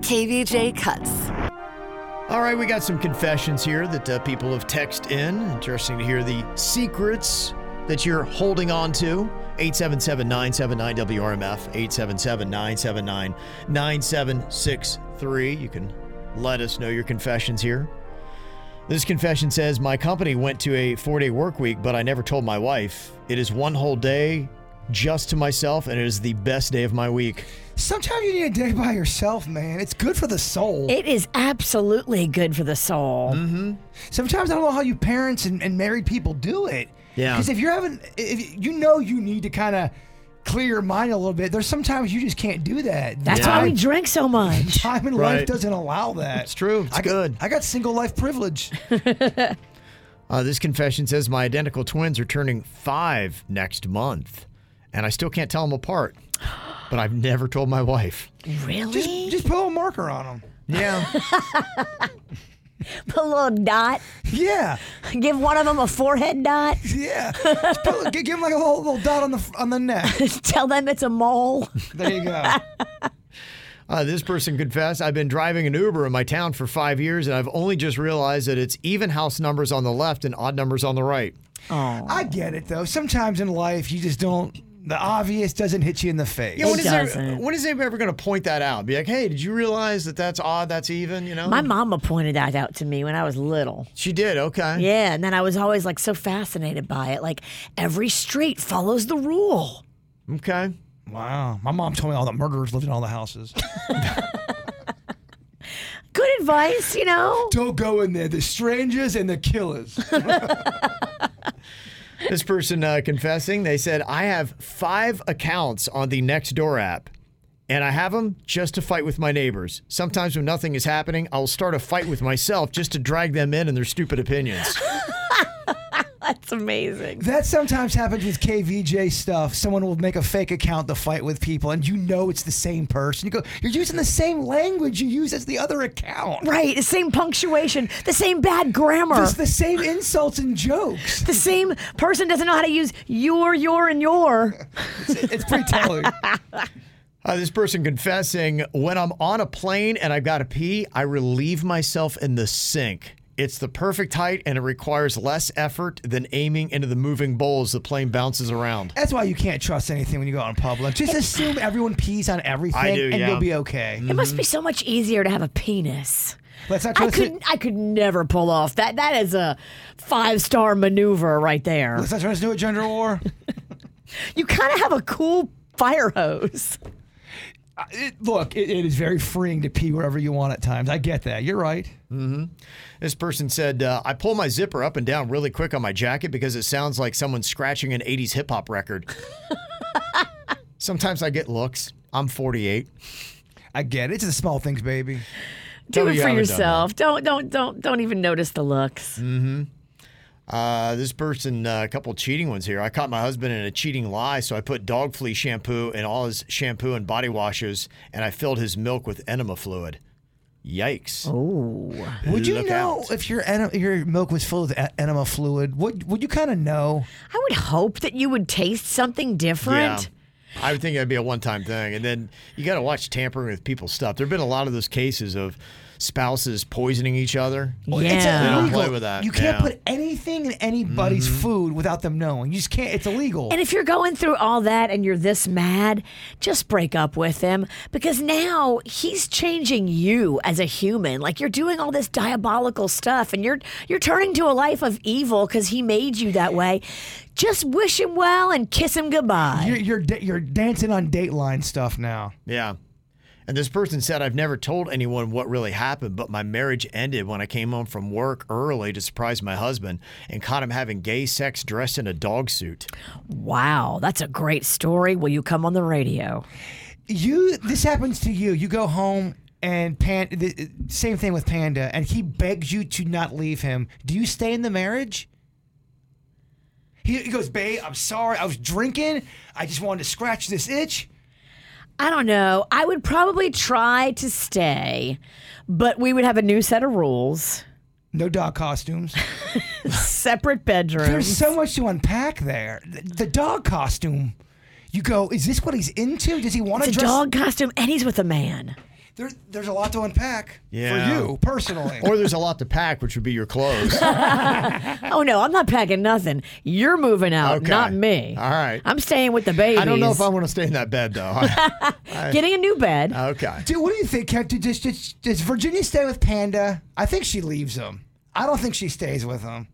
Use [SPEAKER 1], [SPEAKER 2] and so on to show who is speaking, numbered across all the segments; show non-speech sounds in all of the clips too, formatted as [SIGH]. [SPEAKER 1] KVJ Cuts.
[SPEAKER 2] All right, we got some confessions here that uh, people have texted in. Interesting to hear the secrets that you're holding on to. 877-979-WRMF, 877-979-9763. You can let us know your confessions here. This confession says, my company went to a four-day work week, but I never told my wife. It is one whole day just to myself, and it is the best day of my week.
[SPEAKER 3] Sometimes you need a day by yourself, man. It's good for the soul.
[SPEAKER 4] It is absolutely good for the soul.
[SPEAKER 3] Sometimes I don't know how you parents and, and married people do it.
[SPEAKER 2] Yeah.
[SPEAKER 3] Because if you're having, if you know you need to kind of clear your mind a little bit, there's sometimes you just can't do that.
[SPEAKER 4] That's
[SPEAKER 2] Yeah.
[SPEAKER 4] why we drink so [LAUGHS] much.
[SPEAKER 3] Time in
[SPEAKER 2] Right.
[SPEAKER 3] life doesn't allow that. It's
[SPEAKER 2] true. It's
[SPEAKER 3] I got-
[SPEAKER 2] good.
[SPEAKER 3] I got single life privilege.
[SPEAKER 2] Uh, this confession says my identical twins are turning five next month, and I still can't tell them apart. But I've never told my wife.
[SPEAKER 4] Really?
[SPEAKER 3] just, just put a little marker on them.
[SPEAKER 2] Yeah,
[SPEAKER 4] Put a little dot.
[SPEAKER 3] Yeah.
[SPEAKER 4] Give one of them a forehead dot. [LAUGHS]
[SPEAKER 3] Yeah. Just put, give them like a little, little dot on the on the neck.
[SPEAKER 4] Tell them it's a mole.
[SPEAKER 3] There you go.
[SPEAKER 2] [LAUGHS] uh, this person confessed I've been driving an Uber in my town for five years, and I've only just realized that it's even house numbers on the left and odd numbers on the right.
[SPEAKER 3] I get it though. Sometimes in life you just don't. The obvious doesn't hit you in the face.
[SPEAKER 2] Yeah, when is, there-
[SPEAKER 4] doesn't.
[SPEAKER 2] when is anybody ever going to point that out? Be like, hey, did you realize that that's odd? That's even. You
[SPEAKER 4] [LAUGHS]
[SPEAKER 2] know,
[SPEAKER 4] My mama pointed that out to me when I was little.
[SPEAKER 2] she did. Okay.
[SPEAKER 4] Yeah, and then I was always like so fascinated by it. Like every street follows the rule.
[SPEAKER 2] Okay.
[SPEAKER 3] Wow. My mom told me all the murderers lived in all the houses.
[SPEAKER 4] Good advice, you know?
[SPEAKER 3] [LAUGHS] Don't go in there. The strangers and the [LAUGHS] killers.
[SPEAKER 2] This person uh, confessing, they said, I have five accounts on the Nextdoor app, and I have them just to fight with my neighbors. Sometimes when nothing is happening, I'll start a fight with myself just to drag them in and their stupid opinions.
[SPEAKER 4] [LAUGHS] That's amazing.
[SPEAKER 3] that sometimes happens with KVJ stuff. Someone will make a fake account to fight with people, and you know it's the same person. You go, you're using the same language you use as the other account.
[SPEAKER 4] Right, the same punctuation, the same bad grammar.
[SPEAKER 3] It's the same insults and jokes. [LAUGHS]
[SPEAKER 4] the same person doesn't know how to use your, your, and your.
[SPEAKER 3] It's, it's pretty telling.
[SPEAKER 2] Uh, this person confessing, when I'm on a plane and I've got to pee, I relieve myself in the sink. It's the perfect height and it requires less effort than aiming into the moving bowl as the plane bounces around.
[SPEAKER 3] That's why you can't trust anything when you go out in public. Just assume everyone pees on everything,
[SPEAKER 2] I do,
[SPEAKER 3] and
[SPEAKER 2] yeah. Mm.
[SPEAKER 3] you'll be okay.
[SPEAKER 4] It must be so much easier to have a penis.
[SPEAKER 3] Let's not
[SPEAKER 4] I
[SPEAKER 3] try to.
[SPEAKER 4] could I could never pull off that. That is a five star maneuver right there.
[SPEAKER 3] Let's not try to do a gender war.
[SPEAKER 4] You kind of have a cool fire hose.
[SPEAKER 3] It- look, it, it is very freeing to pee wherever you want at times. I get that. You're right.
[SPEAKER 2] This person said, uh, I pull my zipper up and down really quick on my jacket because it sounds like someone scratching an 80s hip hop record. Sometimes I get looks. I'm 48.
[SPEAKER 3] I get it. It's the small things, baby.
[SPEAKER 4] Do
[SPEAKER 2] Tell me
[SPEAKER 4] it
[SPEAKER 2] you
[SPEAKER 4] for
[SPEAKER 2] haven't done
[SPEAKER 4] yourself. Don't don't don't don't even notice the looks.
[SPEAKER 2] Uh, this person, uh, a couple cheating ones here. I caught my husband in a cheating lie, so I put dog flea shampoo in all his shampoo and body washes, and I filled his milk with enema fluid. Yikes.
[SPEAKER 3] Would you
[SPEAKER 2] Look
[SPEAKER 3] know
[SPEAKER 2] out.
[SPEAKER 3] if your en- your milk was full of e- enema fluid? Would would you kind of know?
[SPEAKER 4] I would hope that you would taste something
[SPEAKER 2] Yeah.
[SPEAKER 4] different.
[SPEAKER 2] I would think that'd be a one time thing. And then you got to watch tampering with people's stuff. There have been a lot of those cases of spouses poisoning each other.
[SPEAKER 3] It's
[SPEAKER 4] Yeah. They
[SPEAKER 2] don't
[SPEAKER 3] illegal.
[SPEAKER 2] play with that.
[SPEAKER 3] You can't
[SPEAKER 2] Yeah. Mm-hmm.
[SPEAKER 3] put anything in anybody's food without them knowing. You just can't. It's illegal.
[SPEAKER 4] And if you're going through all that and you're this mad, just break up with him because now he's changing you as a human. Like you're doing all this diabolical stuff and you're you're turning to a life of evil cuz he made you that way. Just wish him well and kiss him goodbye.
[SPEAKER 3] you're you're, da- you're dancing on Dateline stuff now.
[SPEAKER 2] Yeah. And this person said, I've never told anyone what really happened, but my marriage ended when I came home from work early to surprise my husband and caught him having gay sex dressed in a dog suit.
[SPEAKER 4] wow, that's a great story. Will you come on the radio?
[SPEAKER 3] You this happens to you. You go home and Pan, the, same thing with Panda, and he begs you to not leave him. Do you stay in the marriage? He, he goes, babe, I'm sorry, I was drinking. I just wanted to scratch this itch.
[SPEAKER 4] I don't know. I would probably try to stay, but we would have a new set of rules,
[SPEAKER 3] No
[SPEAKER 2] [LAUGHS]
[SPEAKER 3] dog costumes.
[SPEAKER 4] separate bedrooms.
[SPEAKER 3] There's so much to unpack there. The, the dog costume. You go, is this what he's into? Does he want to
[SPEAKER 4] it's a
[SPEAKER 3] dress?
[SPEAKER 4] dog costume, and he's with a man.
[SPEAKER 3] There, there's a lot to unpack
[SPEAKER 2] Yeah.
[SPEAKER 3] for you personally.
[SPEAKER 2] Or there's a lot to pack, which would be your
[SPEAKER 3] [LAUGHS]
[SPEAKER 2] clothes.
[SPEAKER 4] Oh no, I'm not packing nothing. You're moving out,
[SPEAKER 2] Okay.
[SPEAKER 4] not me.
[SPEAKER 2] All right.
[SPEAKER 4] I'm staying with the babies.
[SPEAKER 2] I don't know if I want to stay in that bed though. [LAUGHS]
[SPEAKER 4] getting a new bed.
[SPEAKER 2] okay.
[SPEAKER 3] Dude, what do you think? Kat? Did- Does, does, does Virginia stay with Panda? I think she leaves him. I don't think she stays with him.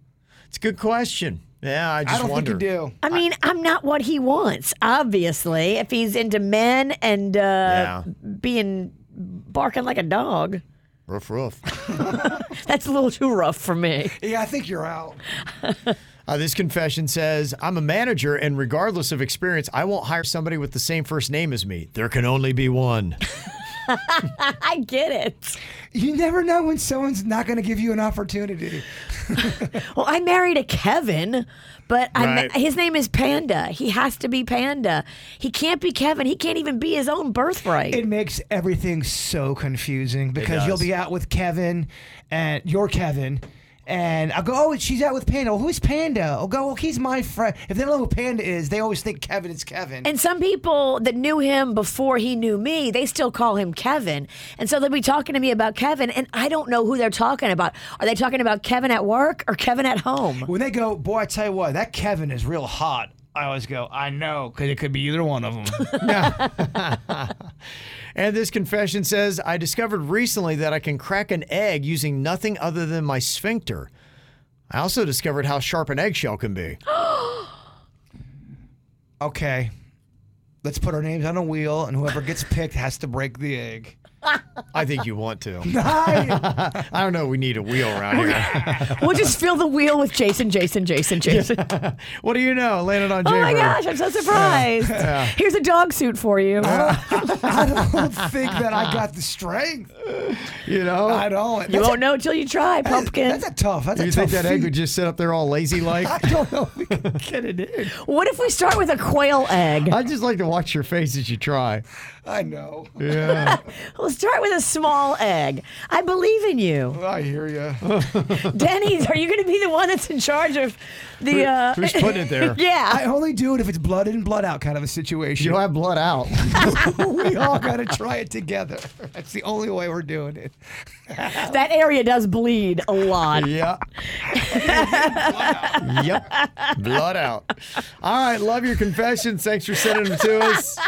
[SPEAKER 2] It's a good question. Yeah, I just
[SPEAKER 3] I don't
[SPEAKER 2] wonder.
[SPEAKER 3] think you do.
[SPEAKER 4] I mean, I, am not what he wants, obviously. If he's into men and uh,
[SPEAKER 2] Yeah.
[SPEAKER 4] being barking like a dog,
[SPEAKER 2] Roof, roof.
[SPEAKER 4] that's a little too rough for
[SPEAKER 2] [LAUGHS]
[SPEAKER 4] me.
[SPEAKER 3] Yeah, I think you're out.
[SPEAKER 2] Uh, this confession says, I'm a manager, and regardless of experience, I won't hire somebody with the same first name as me. There can only be one.
[SPEAKER 4] I get it.
[SPEAKER 3] You never know when someone's not going to give you an opportunity.
[SPEAKER 4] Well, I married a Kevin, but I
[SPEAKER 2] Right.
[SPEAKER 4] his name is Panda. He has to be Panda. He can't be Kevin. He can't even be his own birthright.
[SPEAKER 3] It makes everything so confusing because you'll
[SPEAKER 2] does.
[SPEAKER 3] be out with Kevin and your Kevin. And I'll go, oh, she's out with Panda. Well, who's Panda? I'll go, well, he's my friend. If they don't know who Panda is, they always think Kevin is Kevin.
[SPEAKER 4] And some people that knew him before he knew me, they still call him Kevin. And so they'll be talking to me about Kevin, and I don't know who they're talking about. Are they talking about Kevin at work or Kevin at
[SPEAKER 3] [LAUGHS]
[SPEAKER 4] home?
[SPEAKER 3] when they go, boy, I tell you what, that Kevin is real hot. I always go, I know, because it could be either one of them.
[SPEAKER 2] and this confession says, I discovered recently that I can crack an egg using nothing other than my sphincter. I also discovered how sharp an eggshell can be.
[SPEAKER 3] okay, let's put our names on a wheel, and whoever [LAUGHS] gets picked has to break the egg.
[SPEAKER 2] I think you want to.
[SPEAKER 3] Hi. [LAUGHS]
[SPEAKER 2] I don't know. We need a wheel around here. [LAUGHS]
[SPEAKER 4] We'll just fill the wheel with Jason, Jason, Jason, Jason.
[SPEAKER 3] [LAUGHS]
[SPEAKER 2] What do you know? Landed on Jay.
[SPEAKER 4] Oh my
[SPEAKER 2] Bird.
[SPEAKER 4] gosh, I'm so surprised. Here's a dog suit for you.
[SPEAKER 3] Uh, I don't think that I got the strength.
[SPEAKER 2] You know?
[SPEAKER 3] I don't.
[SPEAKER 4] you
[SPEAKER 3] That's
[SPEAKER 4] won't know till you try, pumpkin.
[SPEAKER 3] That's a tough. That's
[SPEAKER 2] you
[SPEAKER 3] a tough.
[SPEAKER 2] think that egg
[SPEAKER 3] feat.
[SPEAKER 2] would just sit up there all lazy like?
[SPEAKER 3] [LAUGHS] I don't know if we can get it in.
[SPEAKER 4] what if we start with a quail egg?
[SPEAKER 2] I'd just like to watch your face as you try.
[SPEAKER 3] I know.
[SPEAKER 2] Yeah.
[SPEAKER 4] We'll start with a small egg. I believe in
[SPEAKER 3] [LAUGHS]
[SPEAKER 4] you.
[SPEAKER 3] I hear you.
[SPEAKER 4] Denny's, are you going to be the one that's in charge of the. Uh, [LAUGHS]
[SPEAKER 2] Who's putting it there?
[SPEAKER 4] yeah.
[SPEAKER 3] I only do it if it's blood in, blood out kind of a situation.
[SPEAKER 2] You'll have blood out.
[SPEAKER 3] we all got to try it together. [LAUGHS] That's the only way we're doing it.
[SPEAKER 4] That area does bleed a lot.
[SPEAKER 2] [LAUGHS] Yeah. yep. Blood out. All right. Love your confessions. Thanks for sending them to us.